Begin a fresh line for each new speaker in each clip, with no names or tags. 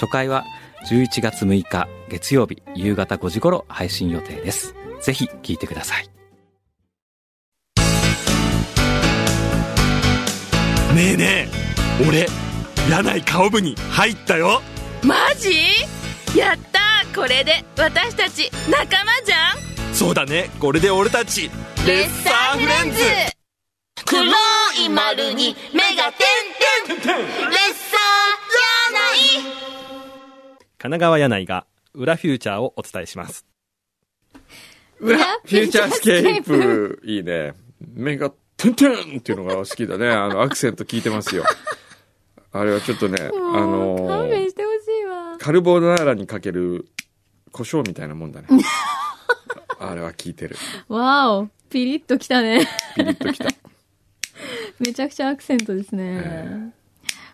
初回は11月6日月曜日夕方5時頃配信予定ですぜひ聞いてください
ねえねえ俺柳井顔部に入ったよ
マジやったーこれで私たち仲間じゃん
そうだねこれで俺たち
レッサーフレンズ黒い丸に目が点々レッサーじゃない
神奈川柳井が裏フューチャーをお伝えします。
裏フ
フュー
ュー
チ
チ
ャ
ャ
ー
ー
ス
ス
ケ
ケ
ー
ープいいね目がテンテンっていうのが好き だねあのアクセント効いてますよあれはちょっとねあのー
勘弁してほしいわ
カルボナーラにかける胡椒みたいなも んだねあれは効いてる
わおピリッときたね
ピリッときた
めちゃくちゃアクセントですね、
え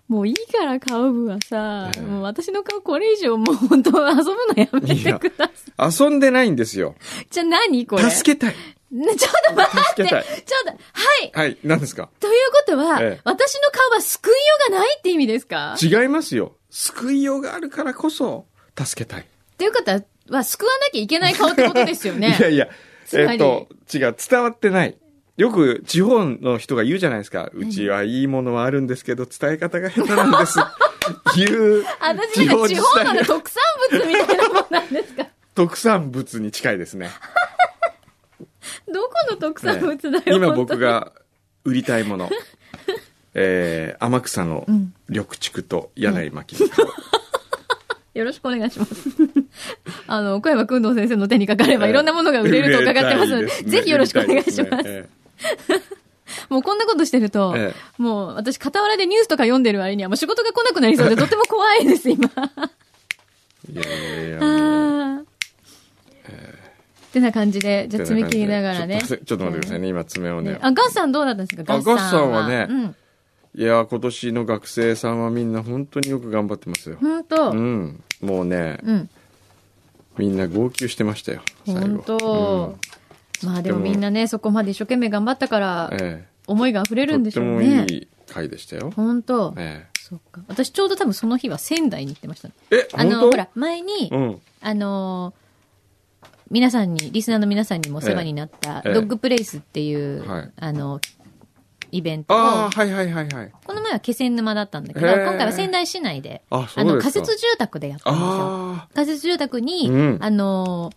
もういいからカウブはさ、
ええ
もう私の顔これ以上もう本当遊ぶのやめてください。
遊んでないんですよ
じゃあ何これ
助けたい
ねちょっと待って
助け
ちょ
た
っ
い
と、はい
はい何ですか
ということは、
ええ
私の顔は救いようがないって意味ですか
違いますよ救いようがあるからこそ助けたい、
っていう方は救わなきゃいけない顔ってことですよね
いやいや
つ
え
ま
っ
り
と違う伝わってないよく地方の人が言うじゃないですかうちはいいものはあるんですけど伝え方が下手なんです いう
私なんか地方のあの特産物みたいなもんなんですか
特産物に近いですね
どこの 特産物だよ、
ええ今
本当
僕
に
が売りたい ものえー、天草の
ん
緑竹と柳巻の顔、
よろしくお願いします。 あの、小山くんどう先生の手にかかれば、いろんなものが売れると伺ってますので、
売れたいすね
ぜひよろしくお願いし
売
ます。
れたいでね
もうこんなことしてると、
え
もう私、傍らでニュースとか読んでる割には、もう仕事が来なくなりそうで、とても怖いです、今。
ええいやいやいやもう
あー ってな感じで、じゃあ爪切りながらね。
ちょっとちょっと待ってくださいね今爪をね
ねあ、ガッさんどうだったんですか
あ
ガッさんは。
ガッさんはね
うん。
いや今年の学生さんはみんな本当によく頑張ってますよ、
ほんと。
うん、もうね、
うん。
みんな号泣してましたよ最後
本当、まあでもみんなね、そこまで一生懸命頑張ったから
うん、え
思いが溢れ
え
るんでし
と
ょ
って
う
も
ね。
いい回でしたよ、
本当、
え
そっか。私ちょうど多分その日は仙台に行ってました、ね。
ええ
あの、
本当
ほら、前に、
うん
あのー皆さんに、リスナーの皆さんにもお世話になった、
ええ
ドッグプレイスっていう、
はい
あの、イベント
ああ
を、
はいはいはいはい
この前は気仙沼だったんだけど、
へえ
今回は仙台市内で、
あそうですか
の、仮設住宅でやったんですよ。
ああ
仮設住宅に、
うん
あのー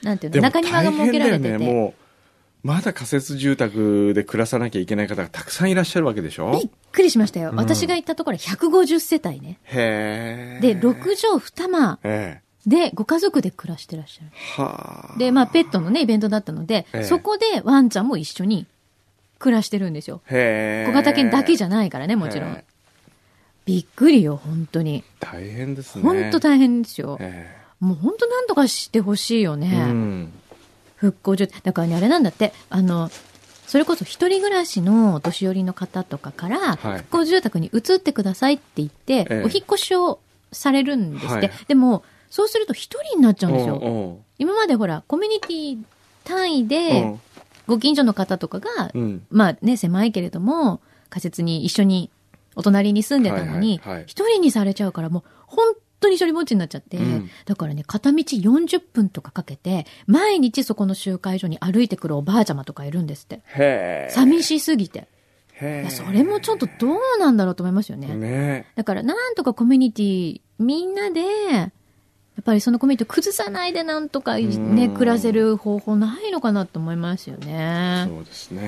なんていう
で
の、
も
中庭が設けられて
大
て、
変だよねもうまだ仮設住宅で暮らさなきゃいけない方がたくさんいらっしゃるわけでしょ
びっくりしましたよ。
ん
私が行ったところは150世帯ね。
へえ
で、6畳2間
ええ
でご家族で暮らしてらっしゃる。
はあ
で、まあ、ペットのね、イベントだったので、
ええ
そこでワンちゃんも一緒に暮らしてるんですよ。
へえ
小型犬だけじ
ゃ
ゃないからね、もちろ
え
ん
え。
びっくりよ、本当に。
大変ですね
本当大変ですよ。
え
もう本当なんとかしてほしいよ
えう
ね。
ん
復興中。だからね、あれなんだって、あの、それこそ一人暮らしのお年寄りの方とかから、
はい
復興住宅に移ってくださいって言って、
ええ
お引っ越しをされるんですって。
はい
でも、そうすると一人になっちゃうんですよ。
おう
今までほら、コミュニティ単位
おう
で、
うん
ご近所の方とかが、
うん
まあね、狭いけれども、仮設に一緒に、お隣に住んでたのに
はいはいはい、
一人にされちゃうから、もう、本当に一人ぼっちになっちゃって、
うん
だからね、片道40分とかかけて、毎日そこの集会所に歩いてくるおばあちゃまとかいるんですって。
へえ
寂しすぎて。
へ
い
え
や、それもちょっとどうなんだろうと思いますよね。
ね
だから、なんとかコミュニティ、みんなで、やっぱりそのコミュニティを崩さないでなんとかね、
うん
暮らせる方法ないのかなと思いますよね。
そうですね、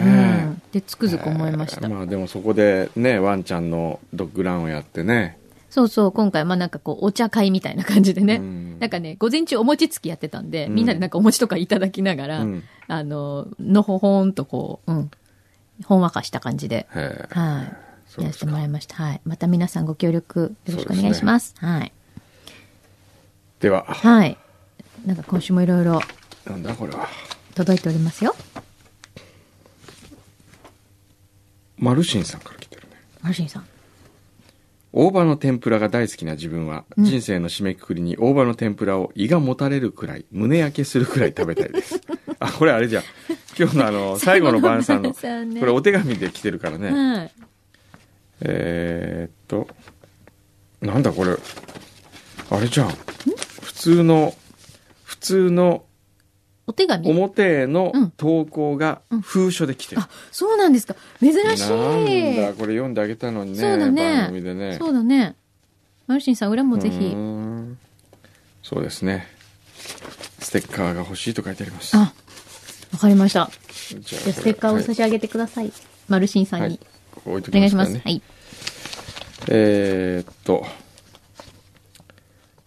うん、でつくづく思いました、
えーまあでもそこでねワンちゃんのドッグランをやってね
そうそう今回まあなんかこうお茶会みたいな感じでね、
うん
なんかね午前中お餅つきやってたんで、
うん
みんなでなんかお餅とかいただきながら、
うん
あののほほんとこう、うん、ほんわかした感じで、
へえ
はい
そう
やらせ
です
て
か
もらいましたはいまた皆さんご協力よろしくお願いしますはい
では、
はい。なんか今週もいろいろ
なんだこれは。
届いておりますよ。
マルシンさんから来てるね。
マルシンさん。
大葉の天ぷらが大好きな自分は、人生の締めくくりに大葉の天ぷらを胃がもたれるくらい、胸焼けするくらい食べた いです。あ、これあれじゃん。今日のあの、最後の晩餐の、
最後の晩餐ね
これお手紙で来てるからね。
はい。
えーっと、なんだこれ。あれじゃん。普通の、普通の
お手紙。
表への
うん
投稿が封書で来てる。
あ、そうなんですか。珍し
なん
い。
だ、これ読んであげたのにね、
そうだね
番組でね。
そうだね。マルシンさん、裏もぜ
う
ひ
ー。んそうですねステッカーが欲しいと書いてあります
あ、わかりました。
じゃ
じゃあステッカーを差し上げてください。マルシンさん
はい、
に。
はいここ置いと
お
き
願
ま
いし
すか
ま
ら
す。
ね
はい。
えーっと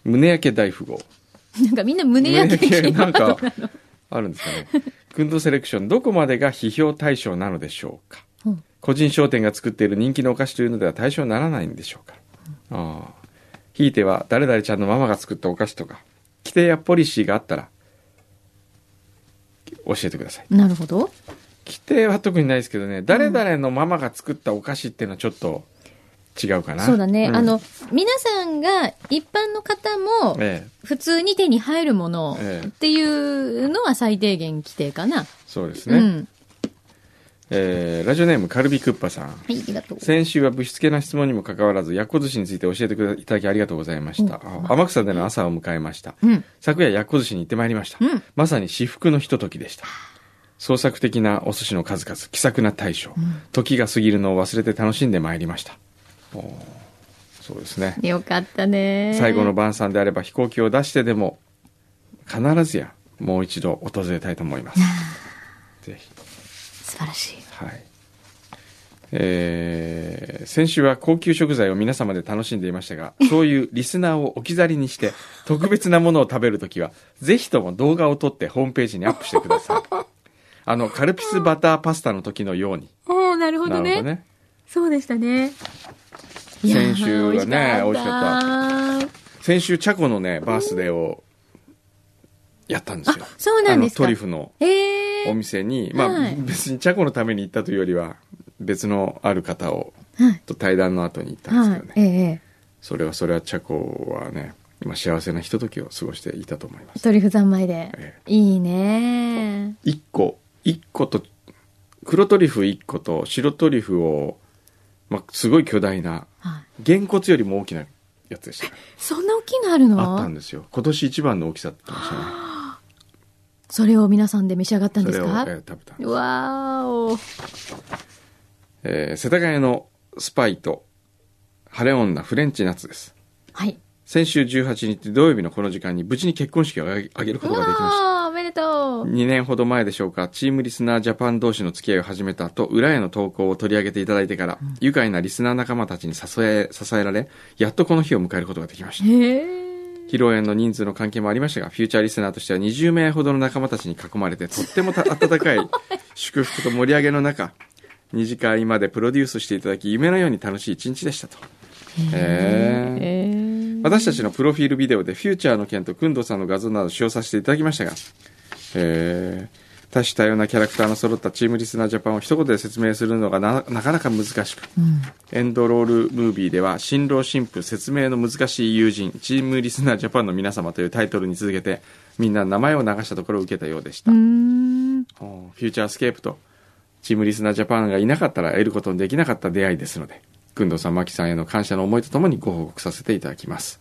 胸焼け大富豪
なんかみんな胸焼け系の
なんか
後なの。
あるんですかね「くんどセレクションどこまでが批評対象なのでしょうか」
うん
個人商店が作っている人気のお菓子というのでは対象にならないんでしょうか、ああひいては誰々ちゃんのママが作ったお菓子とか規定やポリシーがあったら教えてください
なるほど。
規定は特にないですけどね誰々のママが作ったお菓子っていうのはちょっと違うかな、
そうだね。
ん
あの、皆さんが一般の方も、
ええ
普通に手に入るもの
ええ
っていうのは最低限規定かな。
そうです
う
ね、
ん。
えーラジオネームカルビクッパさん
はい、ありがとう。
先週はぶしつけな質問にもかかわらずやっこ寿司について教えてくだいただきありがとうございましたあ天草での朝を迎えました、
うん。
昨夜やっこ寿司に行ってまいりました、
うん
まさに至福のひとときでした創作的なお寿司の数々気さくな大将、時が過ぎるのを忘れて楽しんでまいりましたおーそうですね
よかったね。
最後の晩餐であれば飛行機を出してでも必ずやもう一度訪れたいと思いますぜひ
素晴らしい。
はいえー先週は高級食材を皆様で楽しんでいまし たがそういうリスナーを置き去りにして特別なものを食べるときはぜひとも動画を撮ってホームページにアップしてください あのカルピスバターパスタの時のように
おおなるほどね。
ね
そうでしたね。
先週はね美味しか
った。
先週チャコのねバースデーをやったんですよ
あそうなんですか
あのトリュフの
ええ
お店に、まあ、
はい
別にチャコのために行ったというよりは別のある方を
はい
と対談の後に行ったんです
は
け
い
どね、。
ええ
それはそれはチャコはね今幸せなひとときを過ごしていたと思います
トリュフ三昧で
え。
いいね。
1個一個と黒トリュフ1個と白トリュフを、まあ、すごい巨大な
はい。
げんこつよりも大きなやつでしたね
そんな大きいのあるの
あったんですよ今年一番の大きさって言ってましたね
それを皆さんで召し上がったん
そ
です
れを、
か
えー食べたんです
わーお。
えー世田谷のスパイと晴れ女フレンチナッツです
はい。
先週18日土曜日のこの時間に無事に結婚式を挙げ挙げるこ
う
とができました
わーおめでとう。
2年ほど前でしょうかチームリスナージャパン同士の付き合いを始めた後裏への投稿を取り上げていただいてから、愉快なリスナー仲間たちに支え支えられやっとこの日を迎えることができました
へえ。
披露宴の人数の関係もありましたがフューチャーリスナーとしては20名ほどの仲間たちに囲 まれてとってもた温かい祝福と盛り上げの中二次会までプロデュースしていただき夢のように楽しい一日でしたとへえ
えー
私たちのプロフィールビデオでフューチャーの件と工藤さんの画像など使用させていただきましたが、えー多種多様なキャラクターの揃ったチームリスナージャパンを一言で説明するのがななかなか難しく、エンドロールムービーでは新郎新婦説明の難しい友人チームリスナージャパンの皆様というタイトルに続けてみんな名前を流したところを受けたようでした、
うーん。
おーフューチャースケープとチームリスナージャパンがいなかったら得ることのできなかった出会いですので工藤さん真木さんへの感謝の思いとともにご報告させていただきます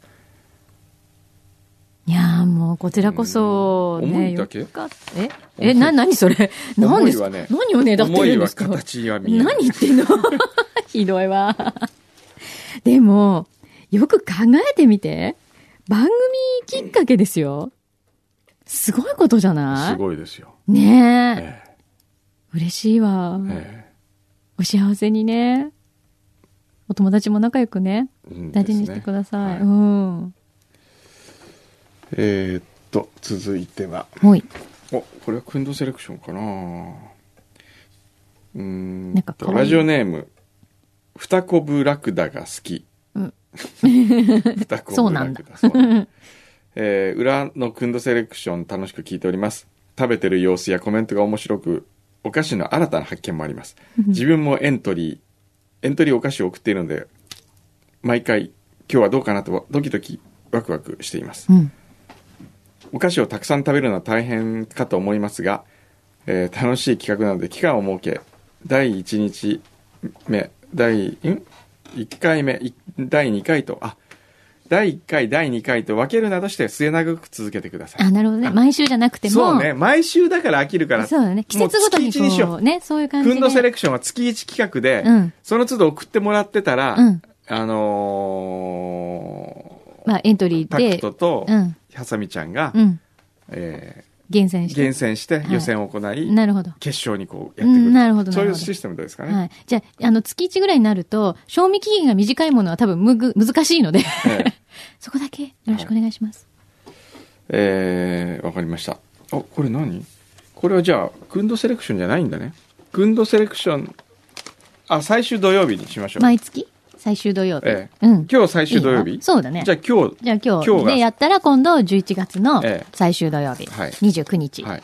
いやーもうこちらこそ、
うん思
ね、
いだけ
よかったえ
思
え、
い
な、なにそれ
思
何で
い
す
はね
何をねだって
思
る
い
んで
は
すか
形は見えない
何言ってんの ひどいわ。でも、よく考えてみて。番組きっかけですよ。すごいことじゃな
す
い
ごいですよ、
ねえ。
え
嬉しいわ。
ええ
お幸せにね。お友達も仲良くね。
えうん
大事にしてください。
です
う
ね
ん。
えーっと続いては
おい。
おこれはクンドセレクションかなうーん
なんか可愛い
ラジオネーム「ふたこぶラクダが好き」
うん
ふたこ
そう
ぶ
な
ラ
ん
ク
だ
ダそうなんだえー裏のくんどセレクション楽しく聞いております。食べてる様子やコメントが面白く、お菓子の新たな発見もあります。自分もエントリー、エントリーお菓子を送っているので、毎回、今日はどうかなとドキドキワクワクしています。
うん。
お菓子をたくさん食べるのは大変かと思いますが、えー楽しい企画なので期間を設け第1日目第ん1回目い第2回とあ第1回第2回と分けるなどして末永く続けてくださ
あ、
い
なるほどね。毎週じゃなくても。
そうね毎週だから飽きるから
そうだね。季節ごと
もう
に
月1にし
こ
よ
う、ね、そういう
う
感じ
く
で。
んどセレクションは月1企画で、
うん
その都度送ってもらってたら、
うん
あの
まあ、エントリ
ー、タ
ー
ク
で。
トと
うん。
ハサミちゃんが、
うん。
えー
厳選して。
厳選して予選を行い、
なるほど。
決勝にこうやってく
う
る
んなるほど
そう
な
い
る
う
ほど
システムですかね、
はい。じゃあ、あの、月1ぐらいになると、賞味期限が短いものは多分むぐ、難しいので、
ええ
そこだけよろしくお願いします。
えーわかりましたあこれ何これはじゃあクンドセレクションじゃないんだねクンドセレクションあ最終土曜日にしましょう、
毎月最終土曜日。
ええ
うん。
今日最終土曜日
いいよそうだね。
じゃあ今日
じゃあ今
今
日
日が
でやったら今度11月の
ええ
最終土曜日、
はい
29日、
はい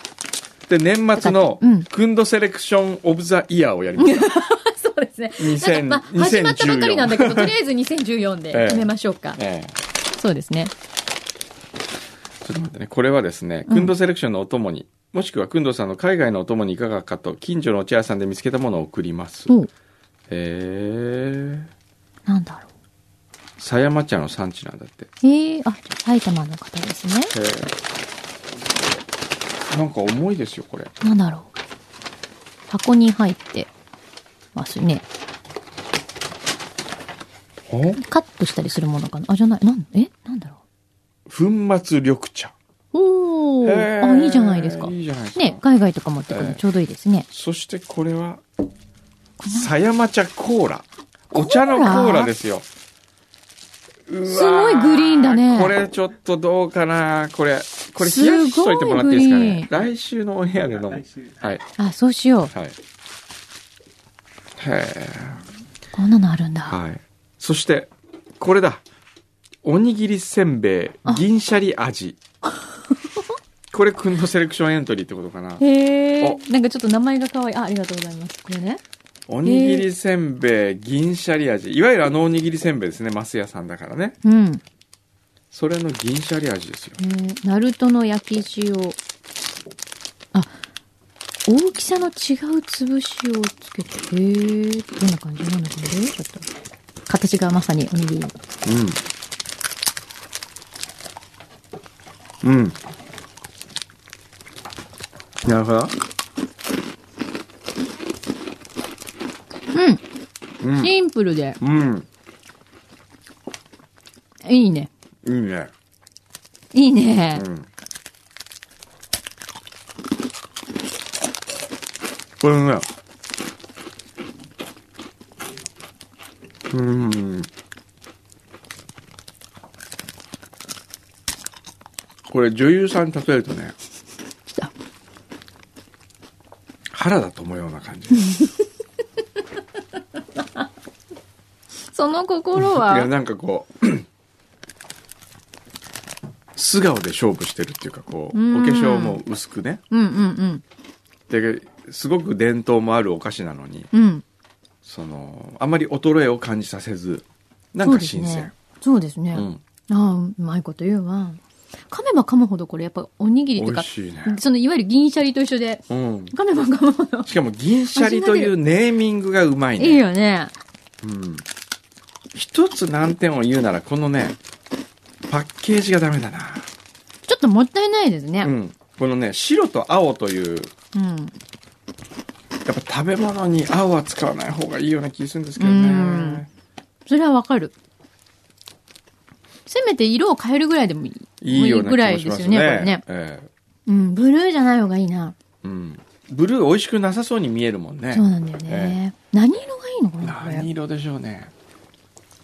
で年末の
うん
クンドセレクションオブザイヤーをやります、
そうですね
2000
なんかまあ始まったばかりなんだけどとりあえず2014で
ええ
決めましょうか、
ええ
そうですね
ちょっと待ってね。これはですね、くんどセレクションのお供に、もしくはくんどさんの海外のお供にいかがかと、近所のお茶屋さんで見つけたものを送ります。
おう
えー、
なんだろ
狭山茶の産地なんだって。
うええあ埼玉の方ですね
えーなんか重いですよ、これ。
なんだろう箱に入ってますね
お
カットしたりするものかなあじゃないなんえなんだろ
粉末緑茶。
うおお、
へ
あ
ー
いいじゃないですか
いいじゃないですか。
ね海外とか持ってくる
ええ
のちょうどいいですね、
そしてこれは、狭山茶コーラ。お茶のコーラですよ。す
すごいグリーンだね
これちょっとどうかなこれ、これ冷やしといてもらっていいですかね。
す
来週のオンエアで飲む。はい。はい。
あそうしよう
はい。へ
こんなのあるんだ、
ーはい。そして、これだ。おにぎりせんべい、銀シャ リ味。これ、くんのセレクションエントリーってことかな。
へえ
お。
なんかちょっと名前が可愛い。あ、ありがとうございます。これね。
おにぎりせんべい、銀シャリ味。いわゆるあのおにぎりせんべいですね。マス屋さんだからね。
うん。え
それの銀シャリ味ですよ。
ー、ナルトの焼き塩。あ、大きさの違う潰しをつけて。へえ。どんな感じどんな感じちょっと。形がまさにおにぎり。
うん。うん。なるほど。
シンプルで。
うん。
いいね。
いいね。
いいね。
これね。うん。これ女優さんに例えるとね、
来た。
原田智代な感じ。
その心
いや
は。
なんかこう 素顔で勝負してるっていうかこう、お化粧も薄くね
うんうん
ですごく伝統もあるお菓子なのに
うん。うん。
そのあまり衰えを感じさせずなん
そう
か
です
新鮮
ね。そうですね。
うん
ああ、うまいこと言うわ。噛めば噛むほどこれやっぱおにぎりと
美
か、
味しいね
そのいわゆる銀シャリと一緒で、
うん
噛めば噛むほど。
しかも銀シャリというネーミングがうまいね
いいよね。
うん、一つ難点を言うならこのねパッケージがダメだな、
ちょっともったいないです
う
ね。
ん、このね白と青という
うん。
やっぱ食べ物に青は使わない方がいいような気がするんですけどね、
うんそれはわかる。せめて色を変えるぐらいでもいい。
いいよ
も
う
う
な
ぐら
気も
いで
しますす
よ
ね。
ね、これね。
ええ
うん、ブルーじゃない方がいいな。
うん。ブルー美味しくなさそうに見えるもんね。
そうなんだよね。何色がいいのか
ええ
な、こ
何
れ。
色でしょうね。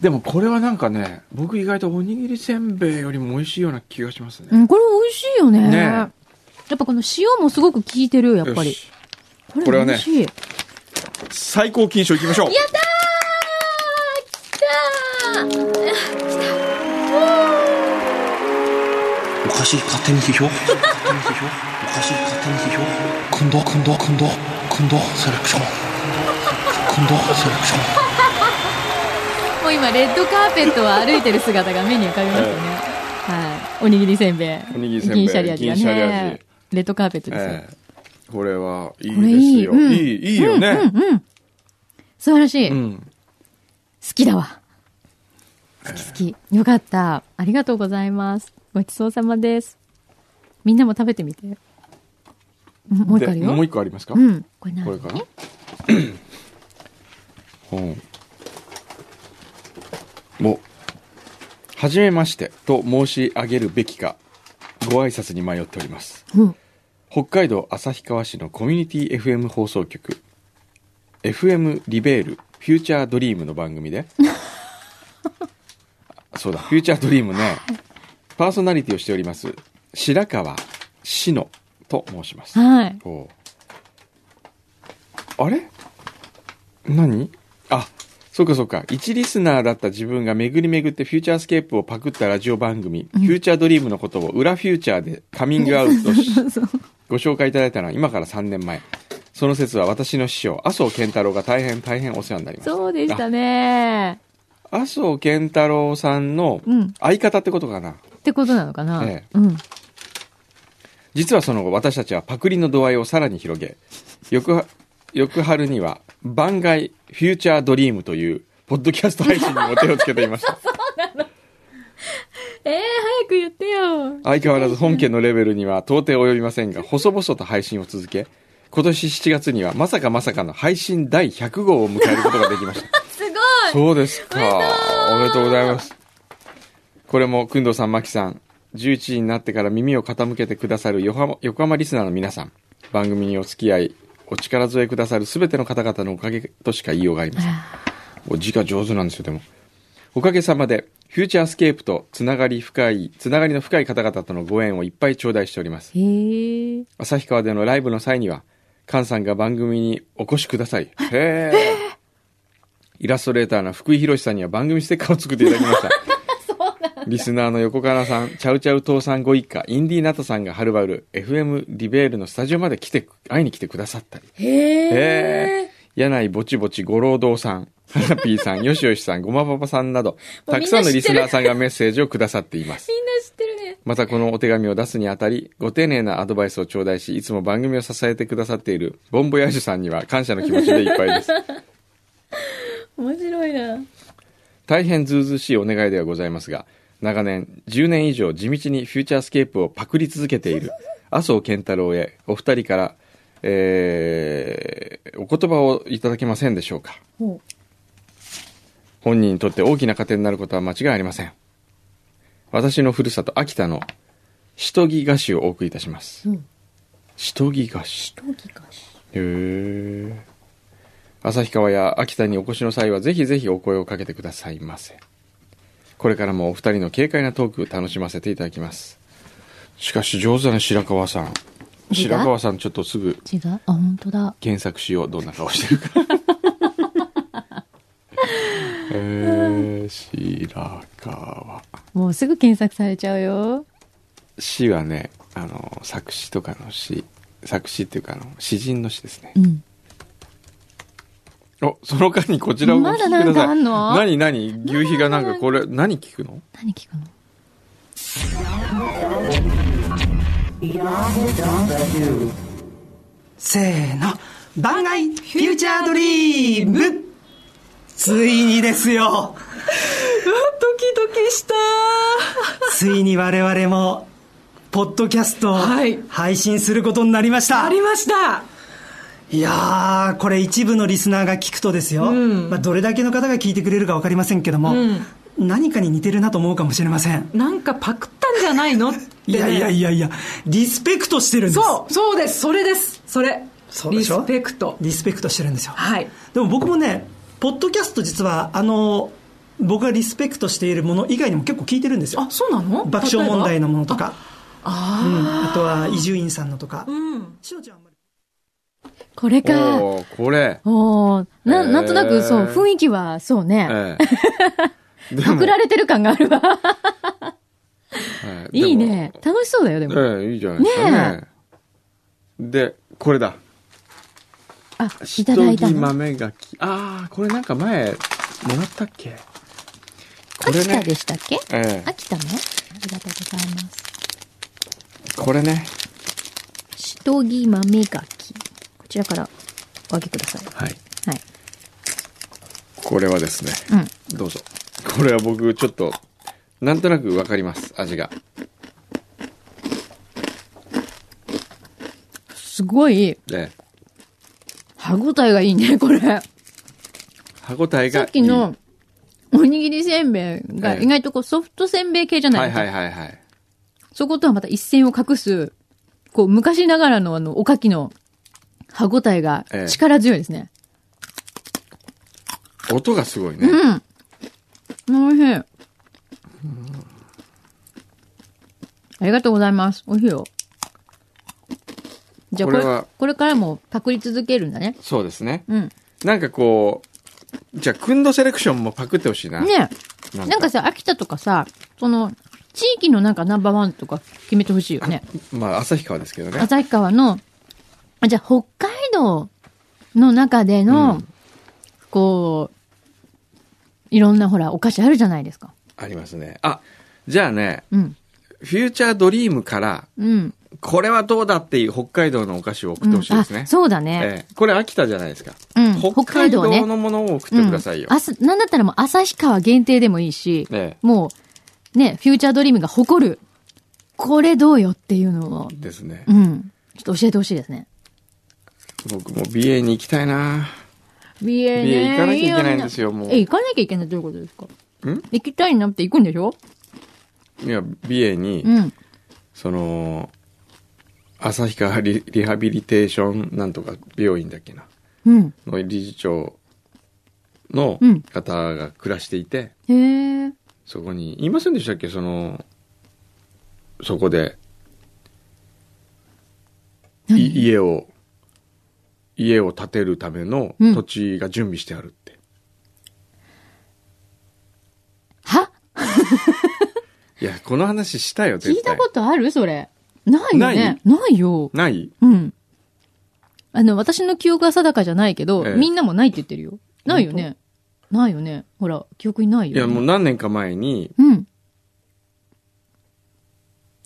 でもこれはなんかね、僕意外とおにぎりせんべいよりも美味しいような気がします
う
ね。
ん、これ美味しいよね。
ねえ
やっぱこの塩もすごく効いてる、やっぱ
よ
り。
し
これ
これは
美
ね
味しい。やっ
最高金賞いきましょう。
たー来たー
おかしい勝手に批評勝手に批評おかしい勝手に批評くんどくんどくんどくんどセレクションくんどセレクション
もう今レッドカーペットを歩いてる姿が目に浮かびますね。はい。おにぎりせんべい。
おにぎりせんべい
銀シャリ味が
銀シャリ味
ね。レッドカーペットですよ。
ええこれはいい
これ
で
い
す
い
よ。
うん
いい、いいよね。
素晴らしい。
うん。
好きだわ。好き好き。よかった。ありがとうございます。ごちそうさまです。みんなも食べてみて。んもう一個ある
でもう
よ。
一個ありますか、
うん。これ何
これか なうん。お。はじめましてと申し上げるべきか、ご挨拶に迷っております。
うん
北海道旭川市のコミュニティ FM 放送局、FM リベール、フューチャードリームの番 組で、あそうだ、フューチャードリームね、パーソナリティをしております、白川志乃と申します。
はい。
おうあれ何あそうかそうか一リスナーだった自分が巡り巡ってフューチャースケープをパクったラジオ番組「フューチャードリーム」のことを「裏フューチャー」でカミングアウ トしご紹介いただいたのは今から3年前その説は私の師匠麻生健太郎が大変大変お世話になりました
そうでしたね。
あ麻生健太郎さんの
うん
相方ってことかな、
ってことなのかな
ええ
うん。
実はその後私たちはパクリの度合いをさらに広げ翌は翌春には番外フューチャードリームというポッドキャスト配信にも手をつけていました
ええ早く言ってよ。
相変わらず本家のレベルには到底及びませんが 細々と配信を続け今年7月にはまさかまさかの配信第100号を迎えることができました
すごい
そうですかおめでとうございますこれも工藤さん真木さん11時になってから耳を傾けてくださる横浜横浜リスナーの皆さん番組にお付き合いお力添えくださる全ての方々のおかげとしか言いようがありませんお字が上手なんですよでもおかげさまでフューチャースケープとつながり深いつながりの深い方々とのご縁をいっぱい頂戴しております
へえ。
旭川でのライブの際には菅さんが番組にお越しくださいへえイラストレーターの福井博さんには番組ステッカーを作っていただきましたリスナーの横川さん、チャウチャウ父さんご一家、インディーナタさんがはるばる FM リベールのスタジオまで来て、会いに来てくださったり。へえ。柳井ぼちぼちご労働さん、ハラピーさん、よしよしさん、ごまパパさんなど、
もうみんな
たくさんのリスナーさんがメッセージをくださっています。
みんな知ってるね。
またこのお手紙を出すにあたり、ご丁寧なアドバイスを頂戴し、いつも番組を支えてくださっている、ボンボヤージュさんには感謝の気持ちでいっぱいです。
面白いな。
大変ずうずうしいお願いではございますが、長年、10年以上地道にフューチャースケープをパクり続けている、麻生健太郎へ、お二人から、えー、お言葉をいただけませんでしょうか。
ほ
本人にとって大きな糧になることは間違いありません。私のふるさと、秋田の、しとぎ菓子をお送りいたします。
うん
しとぎ菓子。
う。陶器かし。
へえ旭川や秋田にお越しの際はぜひぜひお声をかけてくださいませこれからもお二人の軽快なトーク楽しませていただきますしかし上手だね白川さん
いいか
白川さんちょっとすぐ
違うあ、本当だ。
検索しようどんな顔してるかえー、白川
もうすぐ検索されちゃうよ。
詩はねあの作詞とかの詩作詞っていうかあの詩人の詩ですね
うん。
お、その間にこちらをお聞きください。
まだなんかあんの
何何牛皮がなんかこれ、何聞くの
何聞くの
せーの番外フューチャードリームついにですようわドキドキしたついに我々もポッドキャストを
はい
配信することになりました、
ありました
いやーこれ一部のリスナーが聞くとですよ、まあ、どれだけの方が聞いてくれるか分かりませんけども、何かに似てるなと思うかもしれません
なんかパクったんじゃないのって、ね、
いやいやいやいやリスペクトしてるんです
そうそうですそれですそれ
そうでしょ
リスペクト
リスペクトしてるんですよ
はい
でも僕もね、ポッドキャスト実は、あの、僕がリスペクトしているもの以外にも結構聞いてるんですよ
あ。そうなの
爆笑問題のものとか、うん
あ
あとは伊集院さんのとか
あ。うん
しのちゃんはあんまり
これか。
おーこれ。
おーな、
へー
なんとなく、そう、雰囲気は、そうね。
ええ。で
パ
も
ク、られてる感があるわ。
はい
いいね。楽しそうだよ、で
で
も。
もええいいじゃないですかねでこれだ
あ、い
シ
た
ト
だいた
ギ
の。
豆がきああこれなんか前もらったっけこれ
秋田
ね
でしたっけ
ええ
秋田ね。ありがとうございます。
これね
シトギ豆ガキ。こちらからおあげください。
はい
はい。
これはですね
うん。
どうぞこれは僕ちょっとなんとなくわかります味が
すごい、
で
歯応えがいいね、これ。
歯応えがいい
さっきの、おにぎりせんべいが
ええ
意外とこうソフトせんべい系じゃな
はいい
ですか。
はいはいはい
そことはまた一線を隠す、こう昔ながらのあの、おかきの歯応えが
ええ
力強いですね。
音がすごいね、
うん。美味しい。ありがとうございます。美味しいよ。じゃあこれ、
こ
これ
れは
からもパクり続けるんだね。
そうですね
うん。
なんかこうじゃあクンドセレクションもパクってほしいな
ね
な
なんかさ、秋田とかさ、その、地域のなんかナンバーワンとか決めてほしいよね。
まあ旭川ですけどね
旭川の、あじゃあ北海道の中での、こう、いろんなほら、お菓子あるじゃないですか。
ありますねあじゃあね
うん。
フューチャードリームから
うん。
これはどうだっていう北海道のお菓子を送ってほしいですね、
うんあそうだね。
ええこれ秋田じゃないですか、
うん。
北海道
ね
のものを送ってくださいよ、
うんあすなんだったらもう旭川限定でもいいし、
え
もう、ね、フューチャードリームが誇る、これどうよっていうのを
え、ですね
うん。ちょっと教えてほしいですね。
僕も美瑛に行きたいな
BA
美瑛行かなきゃいけないん
よ
ですよもう
え、行かなきゃいけないどういうことですか
ん
行きたいなって行くんでしょ
いや美瑛に、
うん。
その旭川リリハビリテーションなんとか病院だっけな
うん。
の理事長の
うん
方が暮らしていて、
へえ。
そこに言いませんでしたっけそのそこでい家を家を建てるための
うん
土地が準備してあるって、
はい
やこの話したよ
聞
絶
いた
対
ことあるそれ。ないよね。ないよ。
ない
うん。あの、私の記憶は定かじゃないけど、
ええ
みんなもないって言ってるよ。ないよね。ないよね。ほら、記憶にない
い
よ、
や
ね。
もう何年か前に
うん。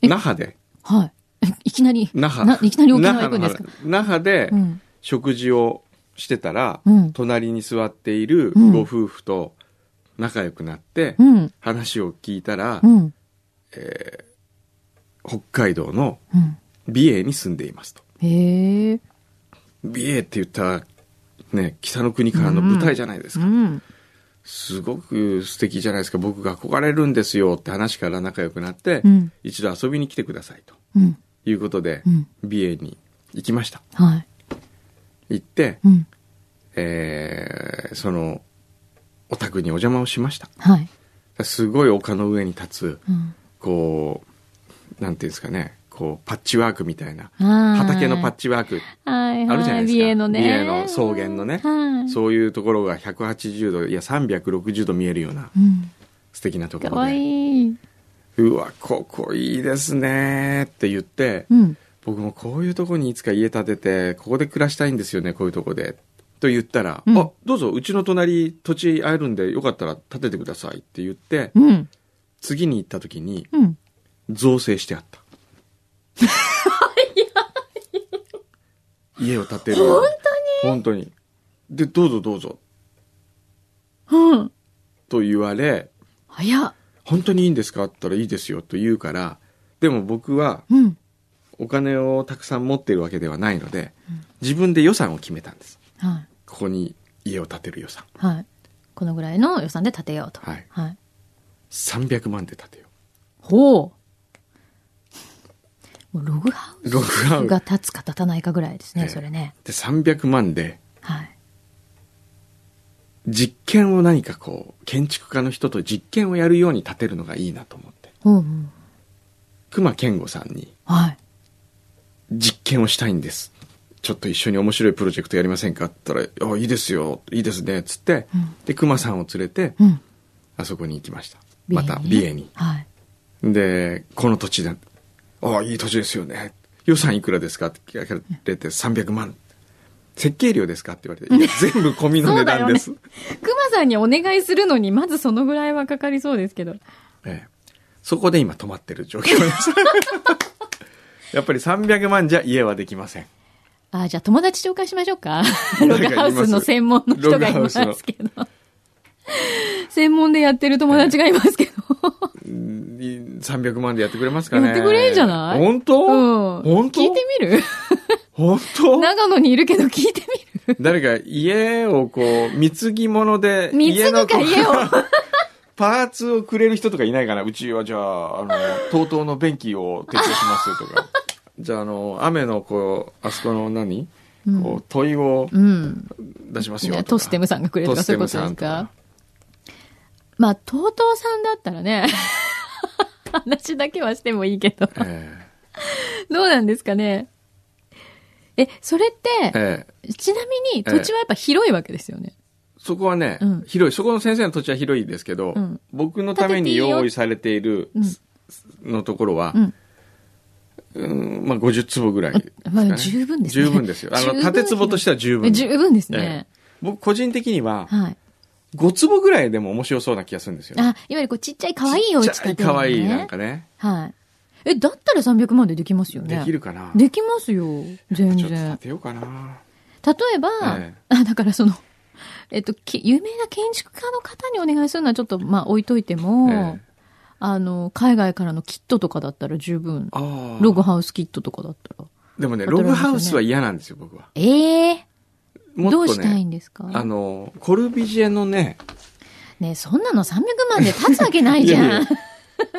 え
那覇で
はい。えい きなり。
那覇
ないきなり沖縄行くんですか
那覇の話那覇で
うん。
食事をしてたら、
うん。
隣に座っている
うん
ご夫婦と仲良くなって、
うん。
話を聞いたら、
うん。
北海道の
うん。
美瑛に住んでいますと
へえ。
美瑛って言ったらね北の国からの舞台じゃないです
う
か、
ん。
すごく素敵じゃないですか僕が憧れるんですよって話から仲良くなって、
うん。
一度遊びに来てくださいと
うん。
いうことで、
うん。
美瑛に行きました
はい。
行って、
うん。
えーそのお宅にお邪魔をしました
はい。
すごい丘の上に立つ
うん。
こうなんていうんですかねこうパッチワークみたいな
畑
畑のパッチワーク
はいはい。
あるじゃないですか
美瑛のね。
美瑛の草原のね
はい。
そういうところが180度いや360度見えるような
うん。
素敵なとこ
か
ろ
わ
で
いい。
うわここいいですねって言って
うん。
僕もこういうとこにいつか家建ててここで暮らしたいんですよねこういうとこでと言ったら「
うん
あどうぞうちの隣土地あるんでよかったら建ててください」って言って
うん。
次に行った時に
うん。
造成してあ った家を建てる本当に本当にでどうぞどうぞ
うん。
と言われ
早っ。
本当にいいんですかって言ったらいいですよと言うからでも僕は
うん。
お金をたくさん持ってるわけではないので自分で予算を決めたんです
はい。
ここに家を建てる予算
はい。このぐらいの予算で建てようと。
はい
はい。
300万で建てよ
ほう。もうログハウ
うログハ
ス
ウ
が
ス
建つか建たないかぐらいです
え
ね、
え
それね。
で300万で
はい。
実験を何かこう建築家の人と実験をやるように建てるのがいいなと思って
うんうん。
熊健吾さんに
はい。
実験をしたいんですちょっと一緒に面白いプロジェクトやりませんかって言ったら「あいいですよいいですね」っつって、
うん
で熊さんを連れて
うん。
あそこに行きました
美瑛
ま
にね
た美瑛に
はい。。
で、この土地で、ああ、いい土地ですよね。予算いくらですかって聞かれて300万。設計料ですかって言われて、いや全部込みの値段です
クマさんにお願いするのに、まずそのぐらいはかかりそうですけど。
ええ、そこで今止まってる状況です やっぱり300万じゃ家はできません
あ、じゃあ友達紹介しましょう か。ロ
誰
グ
かいます
ハウスの専門の人がいます
ログハウス
けど。専門でやってる友達がいますけど。
うん300万でやってくれますかね
やってくれんじゃない
本
う
当、
ん。
本当
聞いてみる
本当
長野にいるけど聞いてみる
誰か家をこう貢ぎ物で
貢ぐか
こう
家を。
パーツをくれる人とかいないかなうちはじゃああの TOTO の便器を提供しますとかじゃああの雨のこうあそこの何、こう問いを
うん。
出しますよとか
トステムさんがくれるとか
ト
そう
ス
い
テ
うことで
ムさ
す
んと
かまあ、とうとうさんだったらね、 話だけはしてもいいけど、
ええ
どうなんですかね。え、それって、
ええ
ちなみに土地はやっぱ広いわけですよね。
そこはね、
うん
広い。そこの先生の土地は広いですけど、
うん
僕のために用意されている
うん
のところは、
うん
うんまあ50坪ぐらいですかね、
まあ十分ですね
十分ですよ。あ
十分
の、縦坪としては十分。
十分ですね。
僕個人的には、
はい。
5坪ぐらいでも面白そうな気がするんですよ
あ、い
ね。
わゆるこうちっちゃい可愛いお家
ちっちゃ
建
い
てるの
可
ね
愛い、なんかね。
はい。え、だったら300万でできますよね。
できるかな
できますよ。全
ちょっと建
然。
てようかな。
例えば、
ええ
あ、だからその、えっと、き有名な建築家の方にお願いするのはちょっと、まあ置いといても、
ええ
あの、海外からのキットとかだったら十分。
ああ。
ログハウスキットとかだったら。
でもね、
ホテル
ロ
ですよね
グハウスは嫌なんですよ、僕は。
ええ
もっ
ど
と
うし
ね、
たいんですか
あの、コルビジェのね、
ねそんなの300万で立つわけないじゃん。
いやいや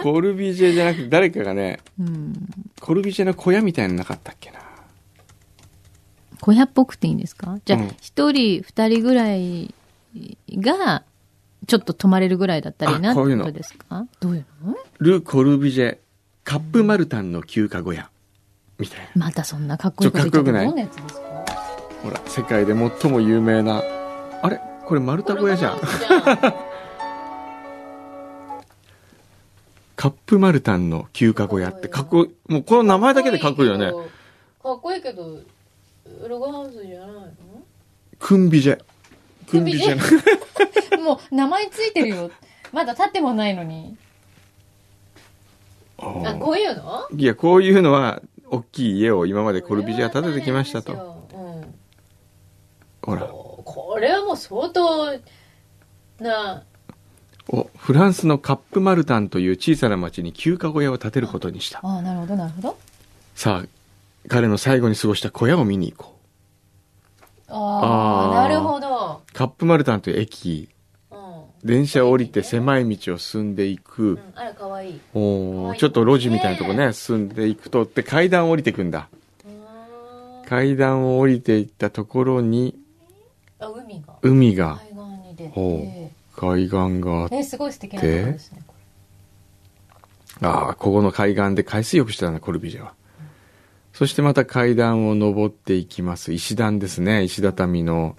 コルビジェじゃなくて誰かがね、
うん。
コルビジェの小屋みたいなのなかったっけな。
小屋っぽくていいんですかじゃあ
うん、
一、人、二人ぐらいが、ちょっと泊まれるぐらいだったらいいな
あ
って
こ
こ
ういうの
とですかどういうの
ル・コルビジェ、カップマルタンの休暇小屋。みたいな。
またそんなかっこいいこと言っ
ちょ
て
っとかっ
どん
こよく
なやつですか
ほら、世界で最も有名な。あれこれ丸太小屋じゃん。カップマルタンの休暇小屋ってかっこいい。もうこの名前だけでかっこいいよね。
かっこいいけど、ログハウスじゃないの
クンビジェ。クンビジェの。
もう名前ついてるよ。まだ立ってもないのに。
あー
ういうの
いや、こういうのは、大きい家を今までコルビジェは建ててきましたと。
と。
ほら。
これはもう相当な、
おフランスのカップマルタンという小さな町に休暇小屋を建てることにした
ああ、なるほど、なるほど。
さあ彼の最後に過ごした小屋を見に行こ
ああ、
あー
なるほど。
うカップマルタンという駅
うん。
電車を降りて狭い道を進んでいく
う、ん、あら、かわいい。
おーちょっと路地みたいなとこね進んでいくとで階段を降りていくんだ
うーん
階段を降りていったところに
あ、海が。
海が
海岸に出
ほ
て。
海岸があって
え、すごい素敵なとこですね。これ
ああここの海岸で海水浴してたなコルビジェはそしてまた階段を登っていきます石段ですね石畳の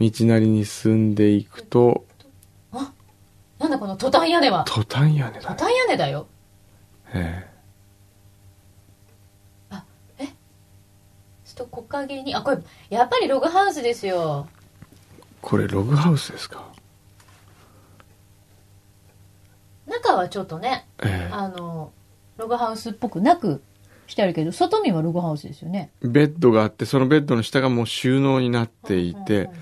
道なりに進んでいくと
なんだこのトタン屋根は。
トタン屋根だ
ト
ね、
タン屋根だよ。
え
ちょっと木陰に、あ、これ、やっぱりログハウスですよ。
えこれログハウスですか
中はちょっとね、
え
あの、ログハウスっぽくなくしてあるけど、外見はログハウスですよね。
えベッドがあってそのベッドの下がもう収納になってい
うんうん
て
うん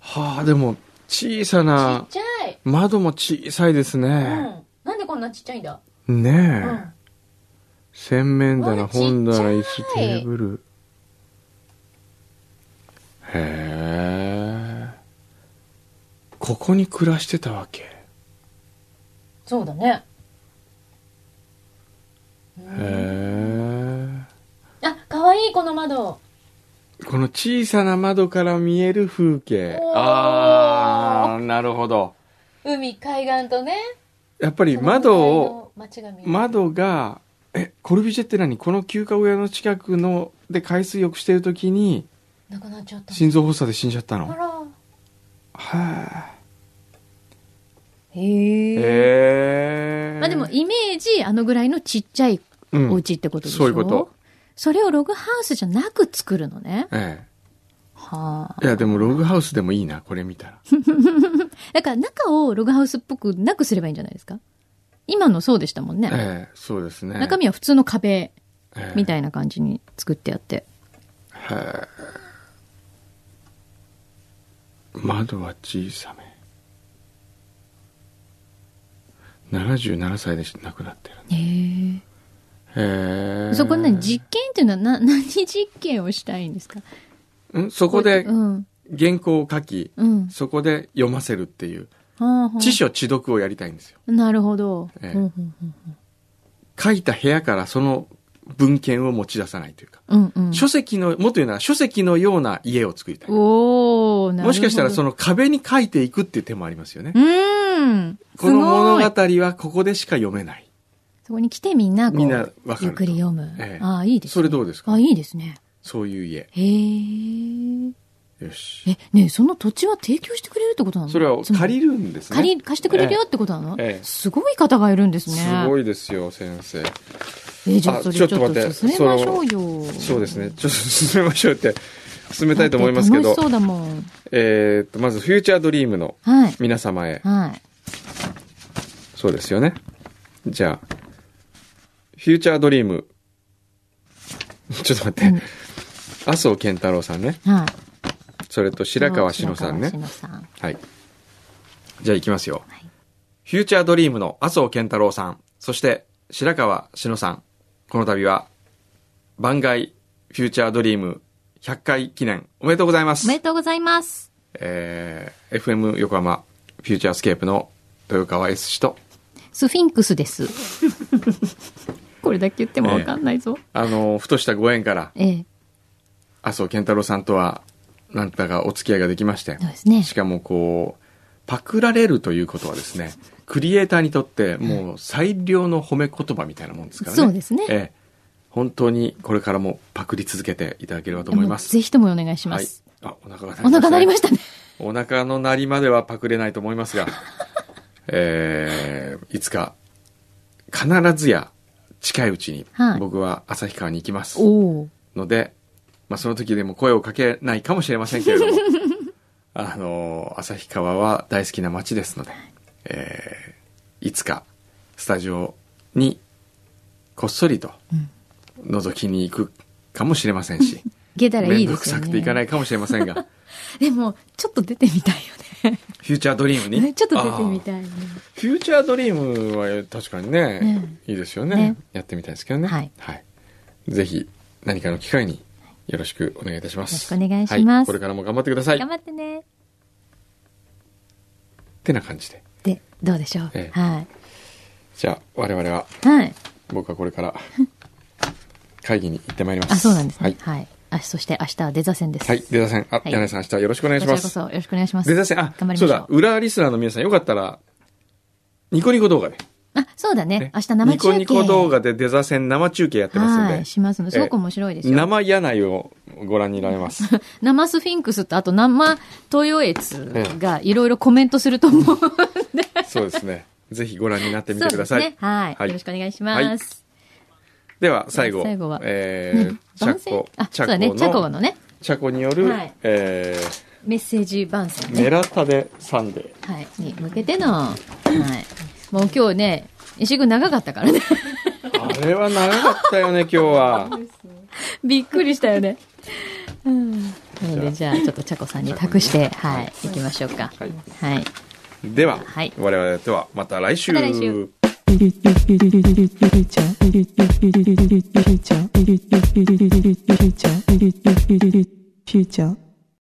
はあでも小さ
ち
な
っちゃい。
窓も小さいです
う
ね、
ん。なんでこんなちっちゃいんだ。
ねえ、
うん。
洗面
わあ
棚本棚椅
ちっ
子
ちゃい
テーブルへえここに暮らしてたわけ
そうだね。
へえ
あ、かわいい、この窓。
この小さな窓から見える風景
おー
ああなるほど
海、海岸とね。
やっぱり
その向かい
窓を
の街が見える
窓がえコルビジェって何この休暇小屋の近くので海水浴してる時に
なくなっちゃった。
心臓発作で死んじゃったの
あら。
はあ
へえ。
えー。
まあでも、イメージ、あのぐらいのちっちゃい
うん
お家ってことでしょ、
そういうこと。
それをログハウスじゃなく作るのね。
え
はあ。
え。いや、でもログハウスでもいいな、これ見たら。
だから中をログハウスっぽくなくすればいいんじゃないですか今のそうでしたもんね。
ええ、そうですね。
中身は普通の壁
ええ
みたいな感じに作ってあって。
窓は小さめ77歳で亡くなってる
へえ。
へえ
そこ何実験っていうのはな 何実験をしたいんですか
んそこで
うん。
原稿を書き、
うん。
そこで読ませるっていう
はあはあ
知書知読をやりたいんですよ
なるほど。
ええ
うんうんうん
書いた部屋からその文献を持ち出さないというか、
うんうん。
書籍のもっと言うなら書籍のような家を作りたい
おーなるほど。
もしかしたらそ
の、
の壁に書いていくっていう手もありますよね
うーん。
この物
すごい
語はここでしか読めない
そこに来てみんなこう、
みんなわかる
ゆっくり読む。
ええ
ああ、いいですね。
それどうですか
あいいですね。
そういう家
へえ。
よし
え、ねえその土地は提供してくれるってことなの
それは借
り、
りるんですね
借り、貸してくれるよってことなの、
ええ
すごい方がいるんですね。
すごいですよ先生
えじゃあ
あ
それ
ち
ち
ょ
ょ
っ
っ
と
と
待って
進めましょうよ。
そうですねちょっと進めましょうって進めたいと思いますけ
だっ
ど
て楽しそうだもん。
えーっとまずフューチャードリームの
はい。
皆様へ
はい。
そうですよねじゃあフューチャードリーム ちょっと待って、
うん
麻生健太郎さんね
はい。
それと白川志乃さんね
白川志乃さん
はい。じゃあ行きますよ。
い
フューチャードリームの麻生健太郎さん、そして白川志乃さん。この度は、番外フューチャードリーム100回記念おめでとうございます。
おめでとうございます。
えー FM 横浜フューチャースケープの豊川 S 氏と、
スフィンクスです。 これだけ言ってもわかんないぞ。
あの、ふとしたご縁から
ええ
麻生健太郎さんとは、なんだかお付き合いができまして
そう、ですね。
しかもこう、パクられるということはですね、クリエイターにとってもう最良の褒め言葉みたいなもんですからね。
そうですね
ええ本当にこれからもパクり続けていただければと思います。
もうぜひともお願いします。
はい。あ、お腹が
お腹鳴りましたね。
た。お腹の鳴りまではパクれないと思いますが、 えーいつか必ずや近いうちに
はい
僕は旭川に行きます
おお。
ので、まあその時でも声をかけないかもしれませんけれ ども、あの、旭川は大好きな街ですので、えーいつかスタジオにこっそりと覗きに行くかもしれませんし、
行けたら い
面
い
倒
で
く
すよ
さ
ね。
くて行かないかもしれませ んが、
でも、ちょっと出てみたいよね。
フューチャードリームに。
ね ちょっと出てみ
い。
たいよね。
フューチャードリームは確かにね、
ね
いいですよね
ね
やってみたいですけどね。
はい
ぜひ何かの機会によろしくお願いいたします。
よろしくお願いします
はこれからも頑張ってください。
頑
っ
張ってね。
てな感じで。
で、どうでしょう。
ええ
は
じゃあ我々
い。
は、
はい。
僕はこれ から会議に行ってまいります。
あ、そうなんです
は
ね
い。。
はい。あ、そして明日はデザ戦です。
はい。出田さん、あ、
はい
柳井さん、明日はよろしくお願い
こ
し
ち
ま
らこ
す
そ。よろしくお願いします。
出田さん、あ
頑張、りましょ
そう
う。
だ、裏リスナーの皆さん、よかったら、ニコニコ動画で。
あ、そうだね
ね。
明日生中継。
ニコニコ動画でデザ戦生中継やってますんで。
はい。しますので、すごく面白いですよ。
生柳井をご覧になれます。
生スフィンクスと、あと生東洋越がいろいろコメントすると思う。
そうですね。ぜひご覧になってみ
そ
て
うで
くだ
す
さい。
ね。はい。
はい
よろしくお願いします。
では、最後。
最後は
えー、チャ
番宣
コ、
あ、
チ
そ
ャ
うだね。
コ
チャコ
の、
のね、
チャコによる、
はい
え
メッセージ番宣
ー、
ね。
メラタデサンデー。
はい、に向けての、はい。もう今日ね、石井君長かったからね。
あれは長かったよね、今日は。
びっくりしたよね。うん。なので、じゃあ、ちょっとちゃこさんに託して、はい、行きましょうか。はい。
では、
はい
我々とはまた来週。
また来週
フューチャー